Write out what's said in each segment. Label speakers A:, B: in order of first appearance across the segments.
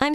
A: I'm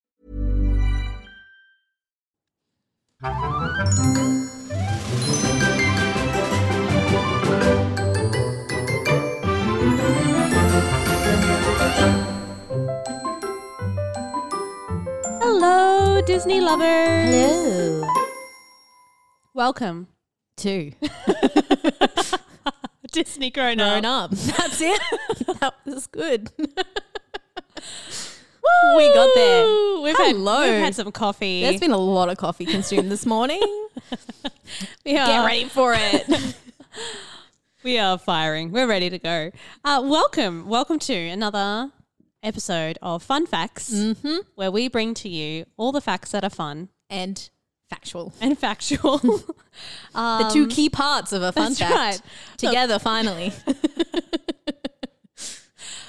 B: Hello, Disney lovers.
C: Hello.
B: Welcome.
C: Two.
B: Disney grown
C: Grown
B: up.
C: up. That's it. that was good.
B: We got there.
C: Woo!
B: We've had,
C: Hello.
B: we've had some coffee.
C: There's been a lot of coffee consumed this morning.
B: we are,
C: Get ready for it.
B: We are firing. We're ready to go. Uh, welcome. Welcome to another episode of Fun Facts, where we bring to you all the facts that are fun
C: and factual.
B: and factual.
C: the two key parts of a fun
B: Um, that's
C: fact
B: right.
C: together finally.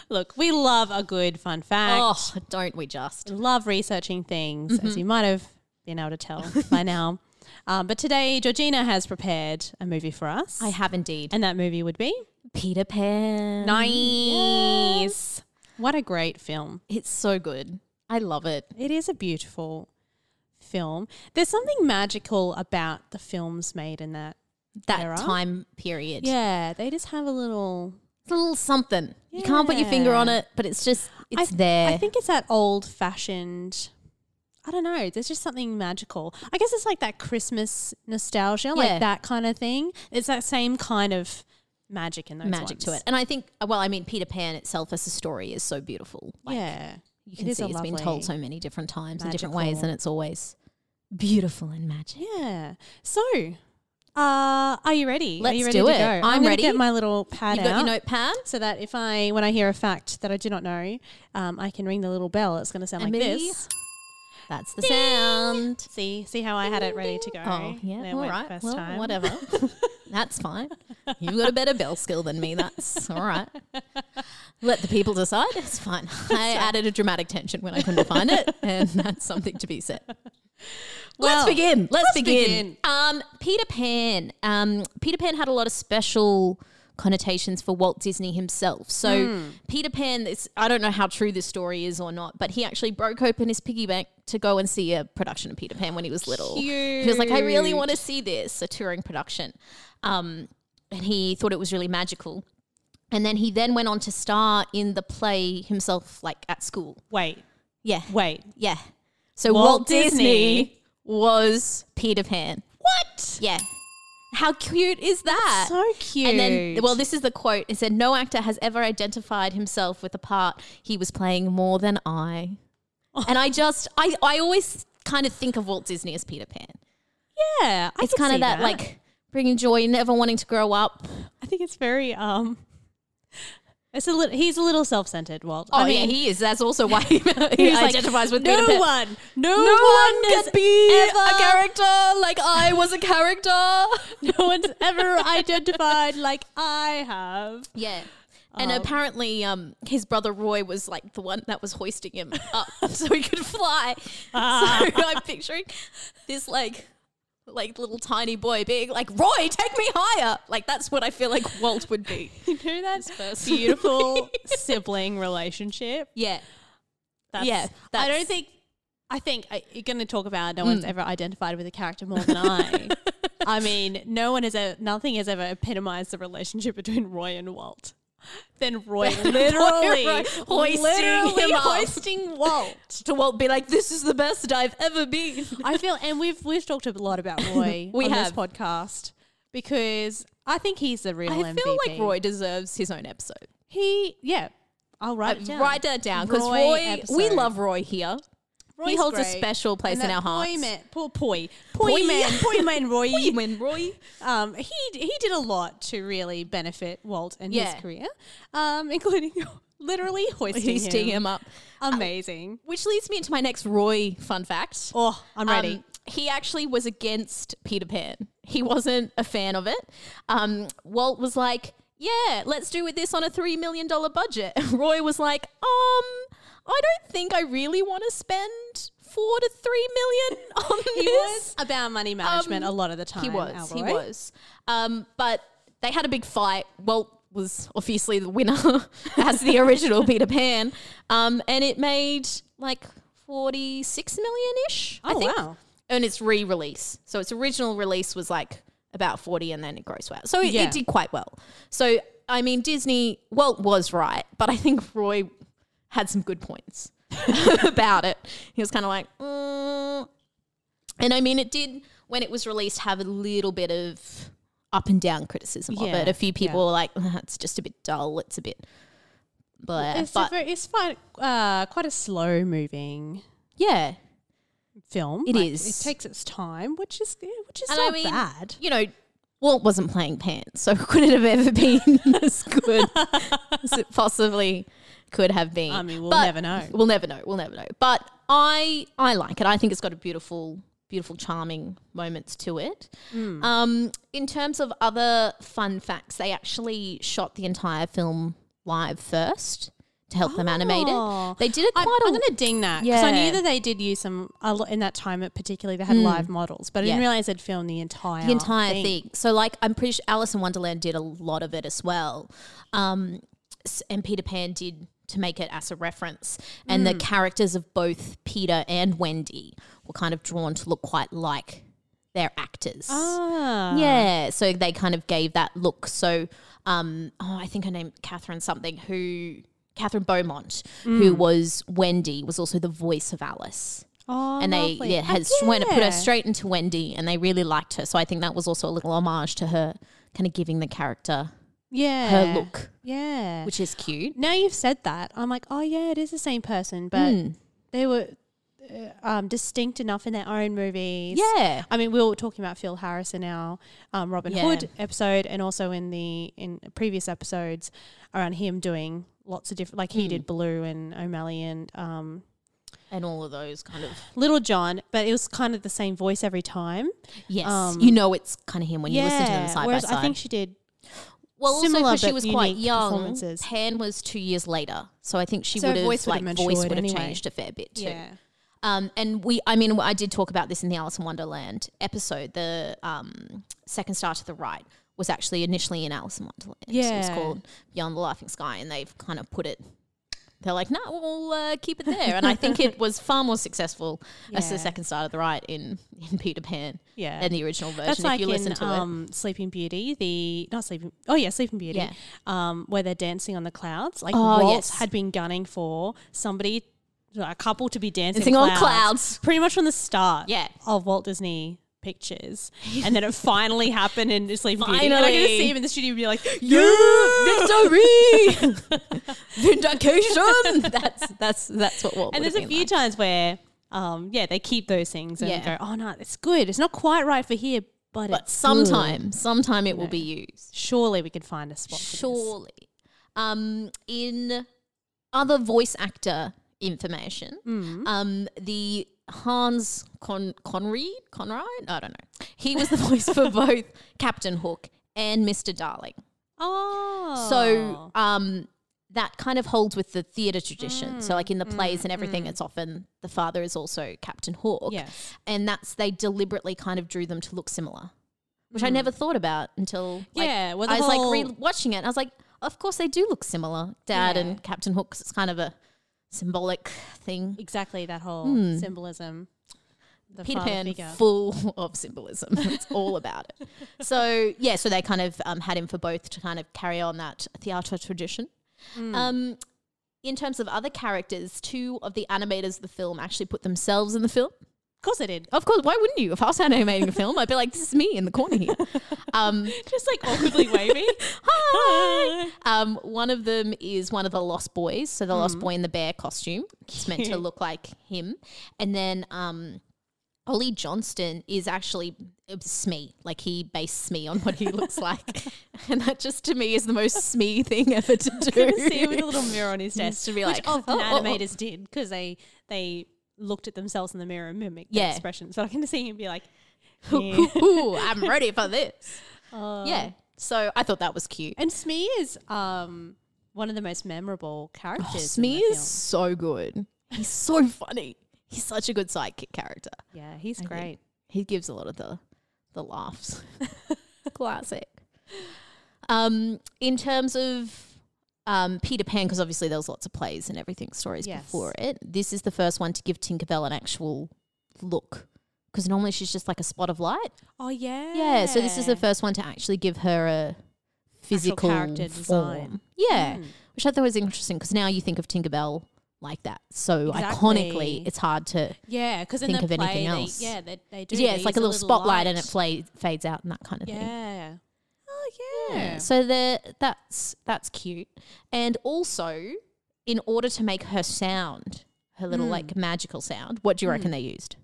B: Look, we love a good fun fact.
C: oh, don't we just?
B: love researching things,
C: Mm-hmm.
B: as you might have been able to tell by now. Um, but today, Georgina has prepared a movie for us.
C: I have indeed.
B: And that movie would be
C: Peter Pan.
B: Nice. What a great film.
C: It's so good. I love it.
B: It is a beautiful film. There's something magical about the films made in that.
C: That
B: Era?
C: time period.
B: Yeah, they just have a little.
C: It's a little something. You can't put your finger
B: Yeah.
C: on it, but it's just
B: I
C: it's
B: th-
C: there.
B: I think it's that old fashioned. I don't know. There's just something magical. I guess it's like that Christmas nostalgia,
C: Yeah.
B: like that kind of thing. It's that same kind of magic in those
C: magic to
B: ones.
C: it. And I think, uh, well, I mean, Peter Pan itself as a story is so beautiful. Like,
B: yeah,
C: you can see
B: a
C: it's been
B: lovely-
C: told so many different times in different ways,
B: magical-
C: and it's always beautiful and magic.
B: Yeah. So, uh, are you ready? are you
C: Let's
B: ready
C: do
B: to
C: it.
B: Go?
C: I'm
B: gonna
C: ready.
B: Get my little pad
C: You've got
B: out
C: your notepad
B: so that if I, when I hear a fact that I do not know, um, I can ring the little bell. It's going to sound
C: and
B: like
C: me.
B: this.
C: That's the sound.
B: See, see how I had it ready to go.
C: Oh,
B: And
C: yeah.
B: it
C: All
B: went
C: right.
B: first
C: well,
B: time.
C: whatever. That's fine. You've got a better bell skill than me. That's all right. Let the people decide. It's fine. I added a dramatic tension when I couldn't find it, and that's something to be said.
B: Well,
C: let's begin. Let's,
B: let's
C: begin.
B: begin.
C: Um, Peter Pan. Um, Peter Pan had a lot of special connotations for Walt Disney himself. So
B: Hmm.
C: Peter Pan, this I don't know how true this story is or not, but he actually broke open his piggy bank to go and see a production of Peter Pan when he was little. He was like, I really want to see this, a touring production. Um, and he thought it was really magical. And then he then went on to star in the play himself, like at school.
B: Wait,
C: Yeah.
B: wait.
C: Yeah. So
B: Walt
C: Walt, Disney,
B: Disney
C: was Peter Pan.
B: What?
C: Yeah. How cute is that?
B: So cute.
C: And then, well, this is the quote. It said, No actor has ever identified himself with a part he was playing more than I.
B: Oh.
C: And I just, I, I always kind of think of Walt Disney as Peter Pan.
B: yeah, I
C: It's
B: could
C: kind
B: see
C: of that, like bringing joy, never wanting to grow up.
B: I think it's very um. It's a little. He's a little self-centered, Walt.
C: Oh,
B: I mean,
C: yeah, he is. That's also why he,
B: he's like,
C: identifies with
B: no
C: Peter Pan.
B: one, no,
C: No
B: one,
C: one
B: has
C: could
B: be
C: ever a character like I was a character.
B: No one's ever identified like I have.
C: Yeah. And apparently, um, his brother Roy was like the one that was hoisting him up so he could fly.
B: Ah.
C: So I'm picturing this like, like little tiny boy being like, "Roy, take me higher!" Like that's what I feel like Walt would be.
B: You know that beautiful sibling relationship.
C: Yeah,
B: That's, Mm.
C: Yeah,
B: I don't
C: that's-
B: think. I think I, you're going to talk about no one's ever identified with a character more than I. I mean, no one has ever, nothing has ever epitomized the relationship between Roy and Walt. Then Roy literally,
C: Roy hoisting
B: literally
C: him up.
B: hoisting Walt.
C: to Walt be like, "This is the best I've ever been."
B: I feel, and we've we've talked a lot about Roy
C: We
B: on
C: have.
B: this podcast because I think he's the real
C: I
B: MVP.
C: feel like Roy deserves his own episode.
B: He, yeah, I'll write it down.
C: Uh, Write that down because
B: Roy
C: Roy, we
B: episode.
C: love Roy here.
B: Roy's
C: he holds a
B: great.
C: special place
B: And
C: in
B: that
C: our hearts.
B: Poi man, poor poi,
C: Poi.
B: poi man, poi man, Roy.
C: We win, Roy.
B: Um, he he did a lot to really benefit Walt and
C: Yeah.
B: his career, um, including literally hoisting,
C: Hoisting
B: him.
C: him Uh, up.
B: Amazing.
C: Which leads me into my next Roy fun fact.
B: Oh, I'm ready.
C: Um, he actually was against Peter Pan. He wasn't a fan of it. Um, Walt was like, "Yeah, let's do with this on a three million dollar budget." Roy was like, "Um, I don't think I really want to spend four to three million on
B: he
C: this."
B: was about money management a lot of the time.
C: Um, he was. He
B: Alroy.
C: was. Um, but they had a big fight. Walt was obviously the winner as the original Peter Pan, um, and it made like forty six million ish. I
B: Oh,
C: think.
B: wow.
C: And its re release, so its original release was like about forty, and then it grossed out. So it,
B: Yeah.
C: it did quite well. So I mean, Disney Walt was right, but I think Roy had some good points about it. He was kind of like, mm, and I mean, it did when it was released have a little bit of up and down criticism of
B: Yeah,
C: it. A few people
B: yeah.
C: were like, "Ugh, "It's just a bit dull. It's a bit." Blah.
B: It's, a
C: but
B: very, it's fine, uh, quite a slow moving
C: yeah,
B: film.
C: It
B: It is.
C: is.
B: It takes its time, which is yeah, which is
C: And I
B: not
C: mean-
B: bad.
C: you know, Walt wasn't playing pants, so could it have ever been as good as it possibly could have been?
B: I mean, we'll never know.
C: We'll never know. We'll never know. But I, I like it. I think it's got a beautiful, beautiful, charming moments to it.
B: Hmm.
C: Um, in terms of other fun facts, they actually shot the entire film live first to help them animate
B: Oh.
C: it. They did it
B: I,
C: quite a
B: I'm going to ding that because I
C: Yeah.
B: knew that they did use some a lot in that time. Particularly, they had live models, but I
C: Yeah.
B: didn't realize they'd filmed Hmm. the entire
C: the entire thing. So like I'm pretty sure Alice in Wonderland did a lot of it as well, um, s- and Peter Pan did to make it as a reference. And the characters of both Peter and Wendy were kind of drawn to look quite like their actors.
B: Ah,
C: Yeah, so they kind of gave that look. So, um, oh, I think her name Catherine something who Catherine Beaumont, who was Wendy, was also the voice of Alice
B: oh,
C: and they
B: lovely.
C: yeah,
B: Oh,
C: had s- went and put
B: yeah.
C: her straight into Wendy, and they really liked her. So I think that was also a little homage to her, kind of giving the character
B: yeah
C: her look,
B: yeah.
C: which is cute.
B: now you've said that, I'm like, oh yeah, it is the same person, but
C: Hmm.
B: they were uh, um, distinct enough in their own movies.
C: Yeah,
B: I mean, we were talking about Phil Harris in our um, Robin
C: Yeah.
B: Hood episode, and also in the in previous episodes around him doing lots of different, like
C: Hmm.
B: he did Blue and O'Malley and um,
C: and all of those kind of
B: Little John, but it was kind of the same voice every time.
C: yes,
B: Um,
C: you know, it's kind of him when you listen to them side by
B: whereas
C: side.
B: I think she did.
C: well, also
B: similar
C: because she
B: but
C: was quite
B: unique
C: young,
B: performances.
C: Pan was two years later, so I think she
B: So her
C: would have
B: voice would
C: like
B: have
C: voice
B: matured
C: would have
B: anyway.
C: changed a fair bit too. Um, and we, I mean, I did talk about this in the Alice in Wonderland episode. The um, second star to the right was actually initially in Alice in Wonderland. It was
B: Yeah.
C: called Beyond the Laughing Sky, and they've kind of put it. They're like, no, we'll uh, keep it there. And I think it was far more successful as the
B: Yeah.
C: second star to the right in, in Peter Pan
B: Yeah.
C: than the original version.
B: That's
C: if
B: like
C: you listen
B: in
C: to it.
B: um, Sleeping Beauty, the not Sleeping. Oh yeah, Sleeping Beauty.
C: Yeah.
B: Um, where they're dancing on the clouds. Like
C: Oh,
B: Walt
C: yes.
B: had been gunning for somebody, a couple to be dancing,
C: Dancing on
B: clouds,
C: clouds.
B: Pretty much from the start.
C: Yeah.
B: Of Walt Disney pictures, and then it finally happened in Sleeping Beauty. And I can just
C: Finally.
B: see him in the studio and be like,
C: Yeah, victory, vindication. that's that's that's what. Walt
B: And
C: would've
B: there's a
C: been
B: few
C: like.
B: times where, um, yeah, they keep those things and go,
C: Yeah.
B: oh no, it's good. It's not quite right for here, but,
C: but
B: it's good.
C: sometime,
B: Mm.
C: sometime it will be used.
B: surely we could find a spot. for this."
C: Surely. Um, in other voice actor information, um, the Hans Con- Conried, Conrad, I don't know. He was the voice for both Captain Hook and Mr. Darling.
B: Oh,
C: So um, that kind of holds with the theatre tradition. so, like in
B: Mm,
C: the plays and everything, it's often the father is also Captain Hawk.
B: Yes.
C: And that's, they deliberately kind of drew them to look similar, which I never thought about until like,
B: Mm. Yeah, well, the
C: I was
B: whole-
C: like re watching it. And I was like, of course they do look similar, Dad
B: Yeah.
C: and Captain Hook, 'cause it's kind of a symbolic thing.
B: exactly that whole symbolism. The
C: Peter
B: father
C: Pan
B: figure.
C: full of symbolism. It's all about it. So yeah, so they kind of um, had him for both to kind of carry on that theatre tradition.
B: Mm.
C: Um, in terms of other characters, two of the animators of the film actually put themselves in the film.
B: of course, I did.
C: Of course, why wouldn't you? If I was animating a film, I'd be like, "This is me in the corner here." Um,
B: Just like awkwardly waving.
C: Hi. Um, one of them is one of the Lost Boys, so
B: Mm.
C: the Lost Boy in the bear costume. It's meant to
B: Cute.
C: look like him, and then um, Ollie Johnston is actually uh, Smee. Like he based Smee on what he looks like. And that just to me is the most Smee thing ever to do.
B: You see him with a little mirror on his desk to be
C: like,
B: which often
C: "Oh, oh, oh."
B: animators did because they they looked at themselves in the mirror and mimicked
C: Yeah.
B: their expressions. But I can see him be like,
C: Ooh, ooh, I'm ready for this.
B: Oh.
C: yeah. So I thought that was cute.
B: and Smee is um one of the most memorable characters. in the
C: Smee is
B: film.
C: so good. He's so funny. He's such a good sidekick character.
B: yeah, he's great.
C: He gives a lot of the the laughs. Classic. Um, in terms of um, Peter Pan, because obviously there was lots of plays and everything, stories
B: Yes.
C: before it. This is the first one to give Tinkerbell an actual look. Because normally she's just like a spot of light.
B: Oh yeah,
C: Yeah. So this is the first one to actually give her a physical
B: character
C: form.
B: design. Hmm.
C: Yeah, which I thought was interesting because now you think of Tinkerbell like that. So
B: Exactly.
C: iconically, it's hard to.
B: Yeah, because in
C: Think
B: the
C: of
B: play,
C: anything
B: they-
C: else.
B: yeah, they, they do.
C: Yeah,
B: they
C: it's like
B: use
C: a little, spotlight and it
B: light.
C: fla- fades out and that kind of thing.
B: Yeah. Oh yeah.
C: So the that's that's cute. And also, in order to make her sound, her little
B: Hmm.
C: like magical sound, what do you reckon they used?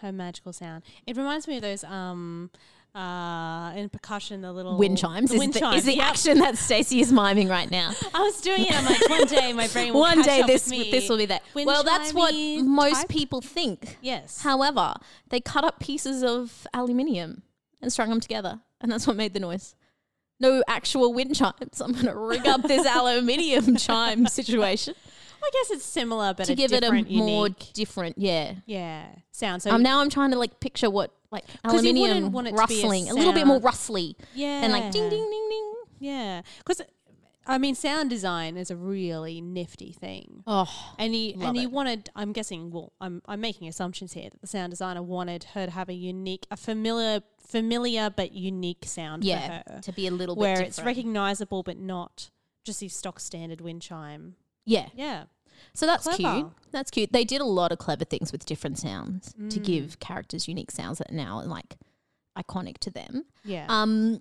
B: Her magical sound. It reminds me of those um uh in percussion the little
C: Wind chimes
B: the
C: is
B: wind
C: the,
B: chimes,
C: is the
B: yep.
C: action that Stacey is miming right now.
B: I was doing it. I'm like, one day my brain will
C: One
B: catch
C: day
B: up
C: this
B: with me.
C: this will be that.
B: Wind
C: well, that's what
B: chimey
C: most
B: type.
C: people think.
B: Yes.
C: However, they cut up pieces of aluminium and strung them together, and that's what made the noise. No actual wind chimes. I'm going to rig up this aluminium chime situation
B: I guess it's similar, but
C: to
B: a
C: give it a
B: different,
C: more
B: unique-
C: different, yeah.
B: yeah sound. So
C: Um, now I'm trying to like picture what like
B: 'Cause you wouldn't
C: aluminium
B: want it to be a
C: rustling, a, little bit more
B: sound.
C: rustly,
B: yeah,
C: and like ding ding ding ding.
B: yeah, because I mean, sound design is a really nifty thing.
C: Oh,
B: And he
C: Love
B: and he
C: it.
B: wanted. I'm guessing. Well, I'm I'm making assumptions here that the sound designer wanted her to have a unique, a familiar, familiar but unique sound
C: yeah,
B: for her,
C: to be a little
B: where
C: bit
B: it's
C: different.
B: recognizable but not just the stock standard wind chime.
C: yeah,
B: Yeah,
C: So that's
B: Clever.
C: cute. That's cute. They did a lot of clever things with different sounds
B: Mm.
C: to give characters unique sounds that now are like iconic to them.
B: yeah.
C: Um,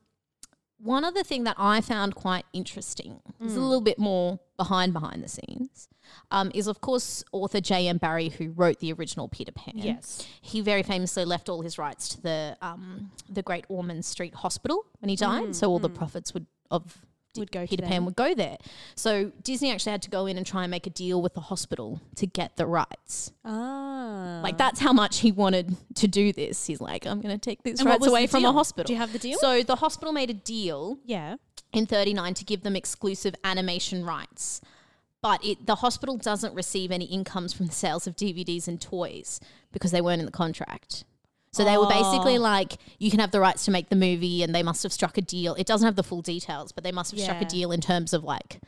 C: one other thing that I found quite interesting is
B: Mm.
C: a little bit more behind behind the scenes. Um, is of course author J.M. Barrie who wrote the original Peter Pan.
B: Yes.
C: he very famously left all his rights to the um, the Great Ormond Street Hospital when he
B: Mm,
C: died, so all the profits would of
B: Would go to
C: Peter Pan
B: them.
C: would go there. So Disney actually had to go in and try and make a deal with the hospital to get the rights.
B: ah,
C: Like that's how much he wanted to do this. He's like, I'm going to take these
B: And what
C: rights
B: was
C: away
B: the
C: from a
B: deal?
C: hospital.
B: Do you have the deal?
C: So the hospital made a deal
B: yeah.
C: in 39 to give them exclusive animation rights. But it, the hospital doesn't receive any incomes from the sales of DVDs and toys because they weren't in the contract. So they were
B: Oh.
C: basically like, you can have the rights to make the movie, and they must have struck a deal. It doesn't have the full details, but they must have struck a
B: Yeah.
C: deal in terms of like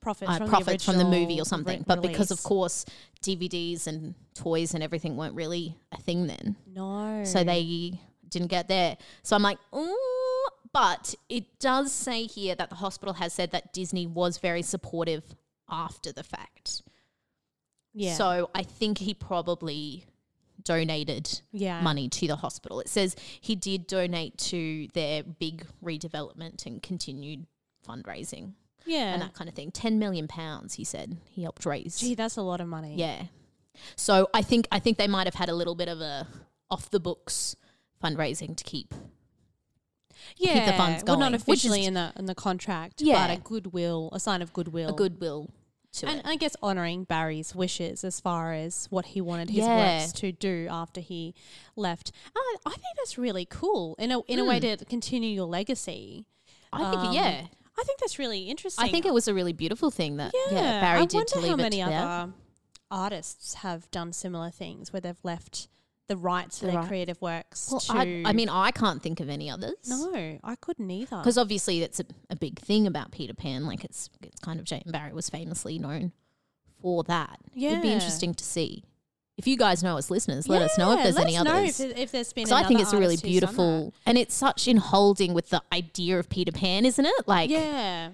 B: profits,
C: uh,
B: from,
C: profits
B: the
C: from the movie
B: original
C: or something.
B: re-
C: But because, of
B: release.
C: course, DVDs and toys and everything weren't really a thing then.
B: no,
C: So they didn't get there. So I'm like, ooh. But it does say here that the hospital has said that Disney was very supportive after the fact.
B: yeah,
C: So I think he probably donated
B: Yeah.
C: money to the hospital. It says he did donate to their big redevelopment and continued fundraising
B: yeah.
C: and that kind of thing. 10 million pounds he said he helped raise.
B: Gee, that's a lot of money.
C: Yeah. So I think I think they might have had a little bit of a off the books fundraising to keep.
B: yeah.
C: the funds
B: Well, not
C: going, which is-
B: officially in the in the contract,
C: Yeah.
B: but a goodwill, a sign of goodwill,
C: a goodwill to
B: Oh. and
C: it.
B: I guess honoring Barry's wishes as far as what he wanted his
C: Yeah.
B: works to do after he left. Uh, I think that's really cool in a in a way to continue your legacy.
C: Hmm. I think
B: Um,
C: yeah.
B: I think that's really interesting.
C: I think it was a really beautiful thing that yeah, Barry
B: I
C: did to
B: wonder
C: leave
B: how
C: it
B: many
C: to
B: other
C: them.
B: artists have done similar things where they've left the rights to
C: The
B: their
C: right-
B: creative works.
C: Well,
B: to
C: I, I mean, I can't think of any others.
B: no, I couldn't either.
C: Because obviously that's a, a big thing about Peter Pan. Like it's it's kind of Jane Barry was famously known for that. It'd be
B: Yeah.
C: interesting to see. If you guys know as listeners, let us know if
B: Yeah,
C: there's
B: let
C: any
B: us know
C: others.
B: if, if there's been.
C: So I think
B: another
C: it's a really
B: artist who's done
C: beautiful, and it's such in holding with the idea of Peter Pan, isn't it?
B: that.
C: Like,
B: Yeah,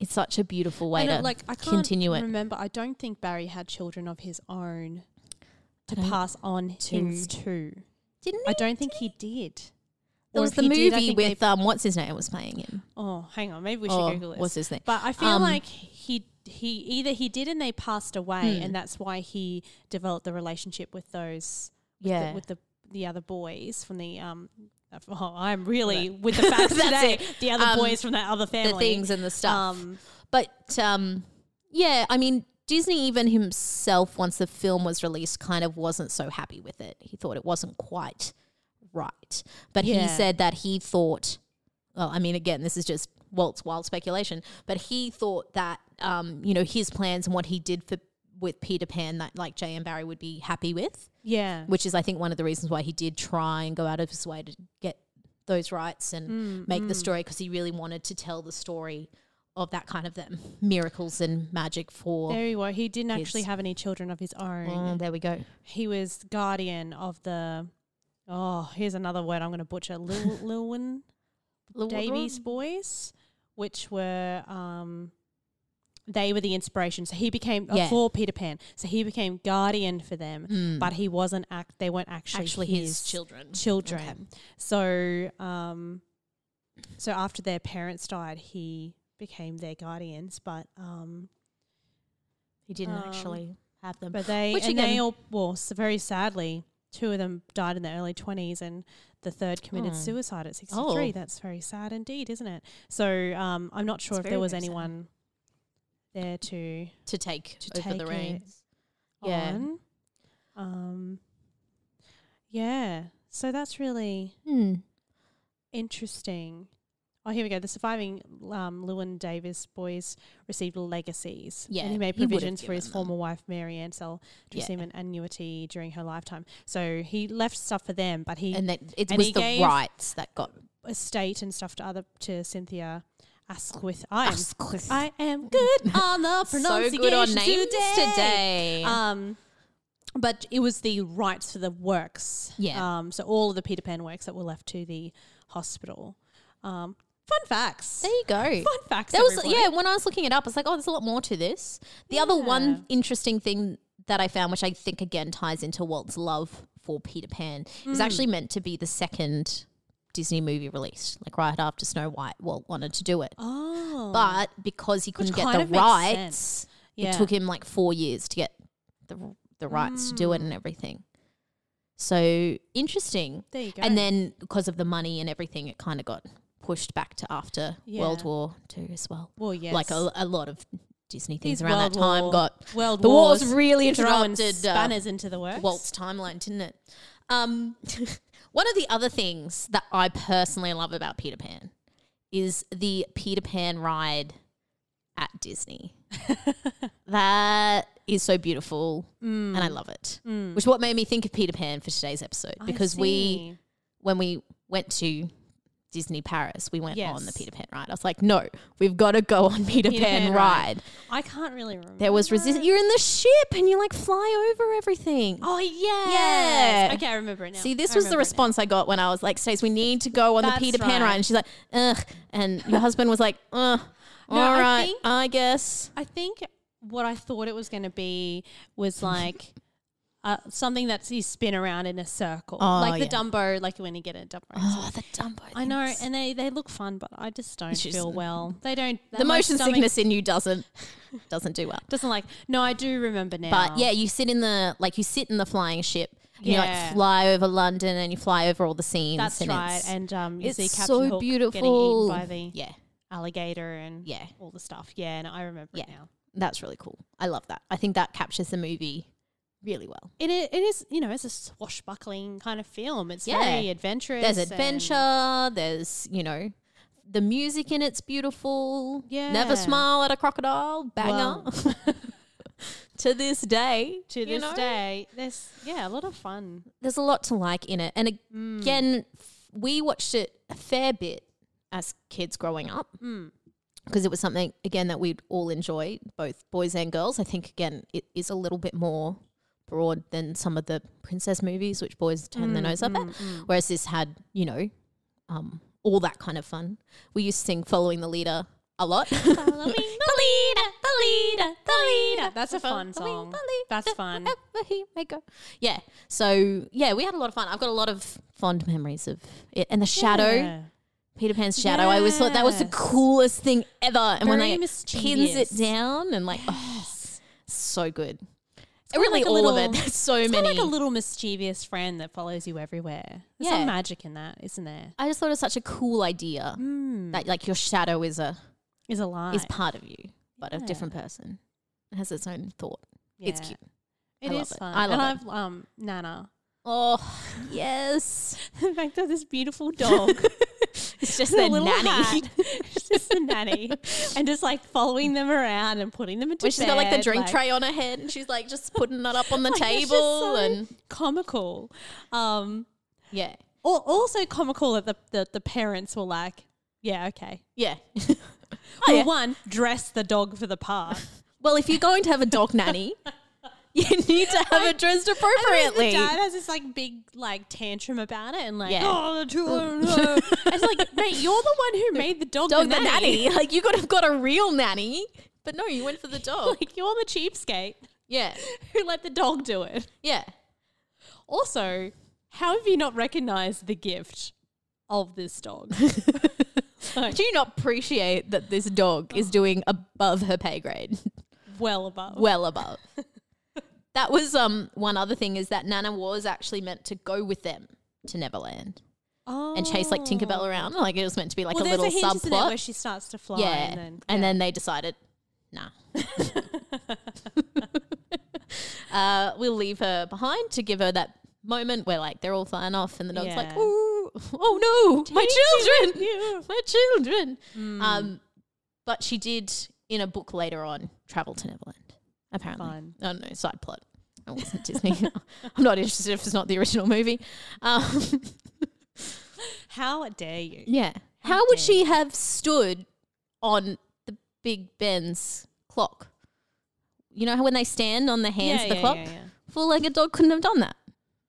C: it's such a beautiful way
B: And it-
C: to
B: like I can't
C: continue it.
B: Remember, I don't think Barry had children of his own to
C: I don't-
B: pass on things to.
C: Didn't
B: I
C: he?
B: don't think he did. Or
C: There was
B: if
C: the
B: he did, I
C: movie
B: think
C: with
B: they-
C: um, what's his name was playing him.
B: oh, hang on, maybe we should
C: Oh,
B: Google this.
C: what's his name?
B: But I feel
C: Um,
B: like he he
C: Hmm.
B: either he did and they passed away, and that's why he developed the relationship with those the-
C: Yeah.
B: with the the other boys from the um. Oh, I'm really with the facts
C: That's
B: today.
C: it.
B: The other
C: Um,
B: boys from that other family.
C: the things and the stuff.
B: Um,
C: But um, yeah, I mean, Disney even himself, once the film was released, kind of wasn't so happy with it. He thought it wasn't quite right. But he
B: Yeah.
C: said that he thought, well, I mean, again, this is just Walt's wild speculation, but he thought that, um, you know, his plans and what he did for with Peter Pan that like Jay and Barry would be happy with,
B: yeah.
C: which is I think one of the reasons why he did try and go out of his way to get those rights and
B: Mm,
C: make the story because he really wanted to tell the story of that kind of them miracles and magic for.
B: There
C: There,
B: you were. He didn't actually
C: His- Mm.
B: have any children of his own.
C: there we go.
B: He was guardian of the. Oh, here's another word I'm going to butcher. Lil Lilwyn Davies boys, which were um, they were the inspiration. So he became uh,
C: Yeah. Mm.
B: for Peter Pan. So he became guardian for them, but he wasn't act. They weren't actually,
C: actually his, children.
B: children. So um, so after their parents died, he became their guardians, but um,
C: He didn't
B: Um,
C: actually have them.
B: but they
C: Which
B: and they
C: again-
B: all well, s very sadly, two of them died in their early twenties, and the third committed
C: Oh.
B: suicide at sixty-three.
C: Oh.
B: That's very sad indeed, isn't it? So um, I'm not sure
C: It's
B: if there
C: very,
B: was
C: very sad.
B: anyone there to
C: to take
B: To
C: over the
B: take it.
C: reins. Yeah.
B: on. Um, yeah. So that's really
C: Hmm.
B: interesting. Oh, here we go. The surviving um, Lewin Davis boys received legacies.
C: Yeah,
B: And he made
C: he would have
B: provisions for his
C: given them.
B: former wife, Mary Ansell, to
C: Yeah.
B: receive an annuity during her lifetime. So he left stuff for them, but he
C: And that it
B: and
C: was
B: he
C: the
B: gave-
C: rights that got
B: estate and stuff to other to Cynthia Asquith. I am,
C: Asquith.
B: I am good on the
C: so
B: pronunciation
C: good on names today.
B: Um, but it was the rights for the works.
C: Yeah.
B: Um, so all of the Peter Pan works that were left to the hospital. Um, fun facts.
C: there you go.
B: Fun facts.
C: There was
B: everybody.
C: yeah. When I was looking it up, I was like, oh, there's a lot more to this. The other one interesting thing that I found, which I think again ties into Walt's love for Peter Pan,
B: Hmm.
C: is actually meant to be the second Disney movie released, like right after Snow White. Walt wanted to do it,
B: Oh.
C: but because he couldn't get
B: kind
C: the
B: of makes
C: rights,
B: sense.
C: it
B: Yeah.
C: took him like four years to get the the rights to do it
B: Hmm.
C: and everything. So interesting.
B: There you go.
C: And then because of the money and everything, it kind of got pushed back to after World
B: Yeah.
C: War Two as well.
B: Well, yes.
C: Like a, a lot of Disney things
B: These
C: around that
B: World
C: time
B: War-
C: got
B: World
C: the wars
B: Wars
C: really
B: throwing
C: interrupted uh,
B: spanners into the works.
C: Walt's timeline, didn't it? Um, one of the other things that I personally love about Peter Pan is the Peter Pan ride at Disney. that is so beautiful,
B: Mm.
C: and I love it. Which is what made me think of Peter Pan for today's episode
B: I
C: because we,
B: see.
C: when we went to Disney Paris, we went on the
B: Yes.
C: Peter Pan ride. I was like, no, we've got to go on Peter,
B: Peter
C: Pan,
B: Pan
C: ride.
B: ride. I can't really remember.
C: There was resistance. You're in the ship, and you like fly over everything.
B: Oh yes.
C: Yeah.
B: Okay, I remember it now.
C: See, this
B: I
C: was the
B: remember it now.
C: response I got when I was like, Stace, we need to go on
B: That's
C: the Peter Pan
B: right.
C: ride. And she's like, ugh. And your husband was like, ugh.
B: No,
C: all
B: I
C: right,
B: think-
C: I guess.
B: I think what I thought it was going to be was like uh, something that's you spin around in a circle,
C: Oh,
B: like the
C: yeah.
B: Dumbo, like when you get a Dumbo.
C: Oh, the Dumbo.
B: I know,
C: things.
B: and they, they look fun, but I just don't
C: just-
B: feel well. They don't.
C: the
B: my
C: motion
B: stomach
C: sickness in you doesn't doesn't do well.
B: doesn't like. No, I do remember now.
C: But yeah, you sit in the like you sit in the flying ship. And You like
B: Yeah.
C: fly over London and you fly over all the scenes.
B: that's
C: and
B: right.
C: It's,
B: And um, you
C: it's
B: see Captain
C: so
B: Hook
C: beautiful.
B: getting eaten by the
C: yeah,
B: alligator and
C: Yeah.
B: all the stuff. Yeah, and I remember it
C: Yeah.
B: now.
C: that's really cool. I love that. I think that captures the movie really well.
B: It i- it is you know it's a swashbuckling kind of film. It's
C: Yeah.
B: very adventurous.
C: There's
B: and-
C: adventure. There's you know, the music in it's beautiful.
B: Yeah.
C: Never smile at a crocodile. Banger.
B: Well.
C: to this day.
B: to
C: you
B: this
C: know?
B: day, there's yeah a lot of fun.
C: there's a lot to like in it. And again, f- we watched it a fair bit as kids growing up because it was something again that we'd all enjoy, both boys and girls. I think again, it is a little bit more broad than some of the princess movies, which boys turn their nose up at. Whereas this had, you know, um, all that kind of fun. We used to sing "Following the Leader" a lot. Following the leader, the leader, the leader.
B: That's a fun
C: Following
B: song.
C: the leader
B: That's fun.
C: wherever he may go. Yeah. So yeah, we had a lot of fun. I've got a lot of fond memories of it. And the shadow,
B: Yeah.
C: Peter Pan's shadow. I always thought that was the
B: Yes.
C: coolest thing ever. And when
B: Very
C: they pins
B: mischievous.
C: it down and like, oh, so good.
B: kinda
C: really
B: like a
C: all of
B: little-
C: it. There's so
B: It's kind
C: many.
B: of like a little mischievous friend that follows you everywhere. There's
C: Yeah.
B: some magic in that, isn't there?
C: I just thought it was such a cool idea
B: Mm.
C: that like your shadow is a
B: Is a lie.
C: is part of you, but a
B: Yeah.
C: different person. It has its own thought. It's
B: Yeah.
C: cute.
B: It
C: I love
B: is
C: it.
B: fun.
C: I love
B: and I've um Nana.
C: Oh yes,
B: In fact, there's this beautiful dog.
C: it's just
B: with
C: their
B: a little
C: nanny.
B: hat. It's just a nanny, and just like following them around and putting them into
C: Where she's got like the
B: bed,
C: drink
B: like-
C: tray on her head, and she's like just putting that up on the
B: like, it's just
C: table,
B: so
C: and
B: comical. Um,
C: yeah,
B: al- also comical that the, the the parents were like, yeah, okay.
C: yeah.
B: Oh, well,
C: Oh, yeah.
B: one, dress the dog for the part.
C: well, if you're going to have a dog nanny, you need to have it dressed appropriately.
B: And then the dad has this like big like tantrum about it and like
C: Yeah.
B: oh the two it's like mate you're the one who made the dog,
C: dog
B: the nanny,
C: Like you could have got a real nanny, but no, you went for the dog.
B: like you're the cheapskate
C: yeah,
B: who let the dog do it.
C: yeah.
B: Also, how have you not recognized the gift of this dog? Like,
C: Do you not appreciate that this dog is doing above her pay grade?
B: well above.
C: well above. that was um one other thing is that Nana was actually meant to go with them to Neverland
B: oh.
C: and chase like Tinkerbell around. Like it was meant to be like
B: well,
C: a
B: there's
C: little
B: a hint, isn't there,
C: subplot.
B: where she starts to fly.
C: yeah.
B: and then,
C: they decided, nah. uh, we'll leave her behind to give her that moment where like they're all flying off and the dog's like,
B: Yeah.
C: Ooh, oh no, my
B: Take
C: children,
B: you. Hmm.
C: my children. Um, but she did in a book later on travel to Neverland. Apparently,
B: Fun.
C: oh no, side plot. It wasn't Disney. I'm not interested if it's not the original movie. Um,
B: How dare you?
C: yeah. How, would she have stood on the Big Ben's clock? You know how when they stand on the hands
B: Yeah,
C: of the
B: yeah,
C: clock?
B: yeah, yeah.
C: Full-legged dog couldn't have done that.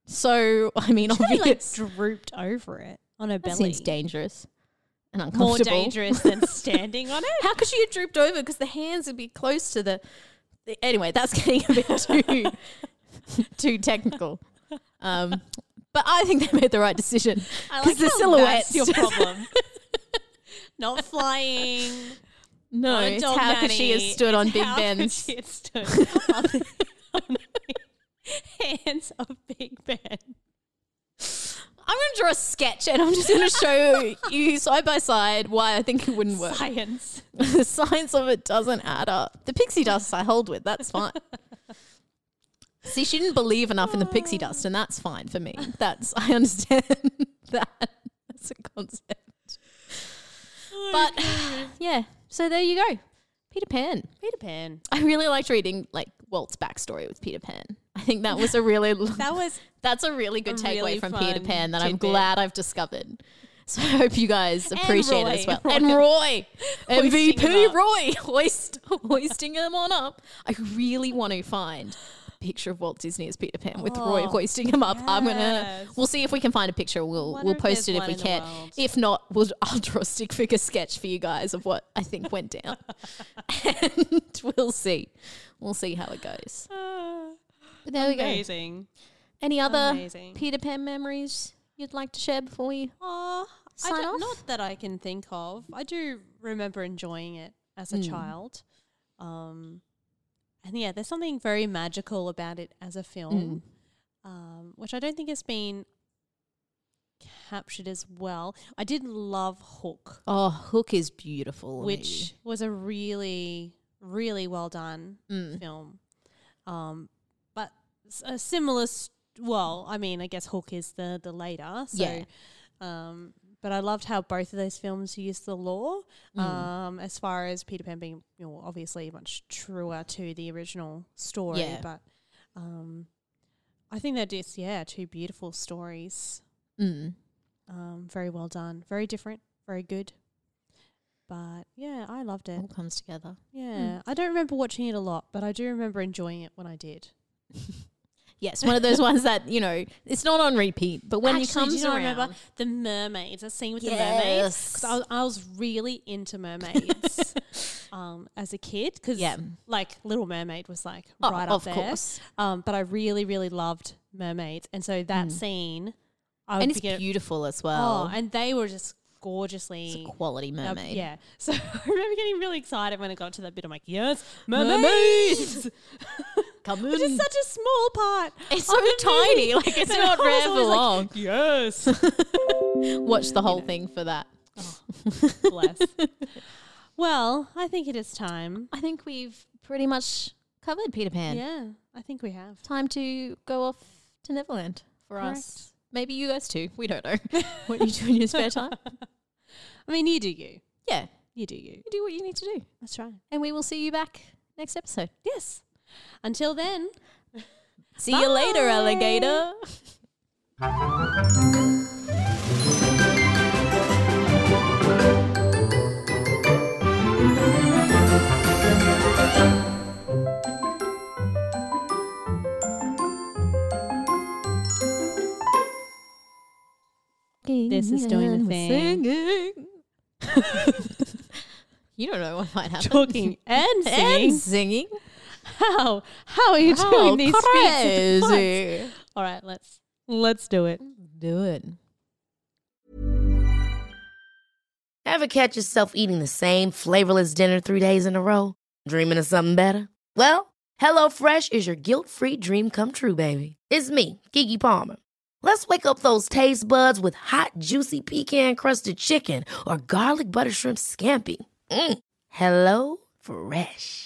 C: So, I mean,
B: She really, like
C: obviously,
B: drooped over it on her
C: that
B: belly.
C: seems dangerous and uncomfortable.
B: More dangerous than standing on it.
C: How could she have drooped over? Because the hands would be close to the. the- anyway, that's getting a bit too too technical. Um, but I think they made the right decision
B: I
C: because the
B: how
C: silhouette's
B: that's your problem. Not flying.
C: No,
B: not a
C: it's
B: dog
C: how could she have
B: nanny,
C: stood on
B: it's
C: Big
B: how could
C: Ben's?
B: she have stood on the, on the hands of Big Ben.
C: I'm going to draw a sketch and I'm just going to show you side by side why I think it wouldn't work.
B: Science.
C: the science of it doesn't add up. The pixie dust I hold with, that's fine. See, she didn't believe enough in the pixie dust, and that's fine for me. That's I understand that as a concept.
B: Oh,
C: But yeah, so there you go, Peter Pan.
B: Peter Pan.
C: I really liked reading like Walt's backstory with Peter Pan. I think that was a really
B: That was
C: That's a really good
B: A
C: takeaway
B: really
C: from Peter
B: fun
C: Pan that I'm
B: tidbit.
C: glad I've discovered. So I hope you guys appreciate it as
B: Roy.
C: well. And Roy,
B: Hoisting him
C: MVP
B: up.
C: Roy, hoist, hoisting him on up. I really want to find a picture of Walt Disney as Peter Pan with Roy hoisting him up. I'm
B: Oh,
C: gonna.
B: yes.
C: We'll see if we can find a picture. We'll
B: Wonder
C: we'll
B: if
C: post it
B: there's
C: if
B: one
C: we
B: in the
C: can.
B: world.
C: If not, we'll I'll draw a stick figure sketch for you guys of what I think went down, and we'll see. We'll see how it goes.
B: uh,
C: But there we go.
B: amazing.
C: Any other
B: Amazing.
C: Peter Pan memories you'd like to share before we?
B: Aw, Oh, I
C: Sign
B: don't-
C: off?
B: Not that I can think of. I do remember enjoying it as a
C: Hmm.
B: child. Um, and yeah, there's something very magical about it as a film,
C: Hmm.
B: um, which I don't think has been captured as well. I did love Hook,
C: Oh, Hook is beautiful.
B: which was a really, really well done
C: Mm.
B: film. Um, but s- a similar, s well, I mean, I guess Hook is the the later, so.
C: Yeah.
B: Um, but I loved how both of those films used the law,
C: Mm.
B: um, as far as Peter Pan being you know, obviously much truer to the original story.
C: Yeah.
B: But um, I think they're just, yeah, two beautiful stories.
C: Mm.
B: Um, very well done. Very different. Very good. But yeah, I loved it.
C: all comes together.
B: Yeah.
C: hmm.
B: I don't remember watching it a lot, but I do remember enjoying it when I did.
C: Yes, one of those ones that you know it's not on repeat, but when it
B: Actually,
C: comes
B: do you know, I
C: around,
B: remember the mermaids, a scene with the mermaids.
C: Yes.
B: Because I, was- I was really into mermaids um, as a kid. Because
C: Yeah.
B: like Little Mermaid was like
C: Oh,
B: right
C: of
B: up there.
C: course.
B: Um, but I really, really loved mermaids, and so that scene, I would
C: Hmm. and it's
B: be get-
C: beautiful as well.
B: Oh, and they were just gorgeously.
C: it's a quality
B: Uh,
C: mermaid.
B: yeah. So I remember getting really excited when it got to that bit. I'm like, yes, mermaids.
C: Mermaids! Come
B: Which is
C: in.
B: such a small part.
C: It's
B: on
C: so
B: the
C: tiny,
B: movie.
C: like, it's
B: That
C: not
B: I was
C: rare for
B: always like,
C: long.
B: yes.
C: Watch the whole thing for that.
B: Bless. Well, I think it is time.
C: I think we've pretty much covered Peter Pan.
B: Yeah, I think we have.
C: Time to go off to Neverland for us. Maybe you guys too. We don't know. what you do in your spare time.
B: I mean, you do you.
C: Yeah.
B: You do you.
C: You do what you need to do.
B: That's right.
C: And we will see you back next episode.
B: Yes. Until then.
C: See you later,
B: Bye.
C: alligator.
B: This is doing the
C: And we're
B: thing.
C: singing. you don't know what might happen.
B: Talking and singing.
C: and singing.
B: How? How are you
C: Oh,
B: doing these feats at once?
C: crazy.
B: All right, let's let's do it.
C: Do it.
D: Ever catch yourself eating the same flavorless dinner three days in a row? Dreaming of something better? Well, HelloFresh is your guilt free dream come true, baby. It's me, Gigi Palmer. Let's wake up those taste buds with hot, juicy pecan crusted chicken or garlic butter shrimp scampi. Mm. Hello Fresh.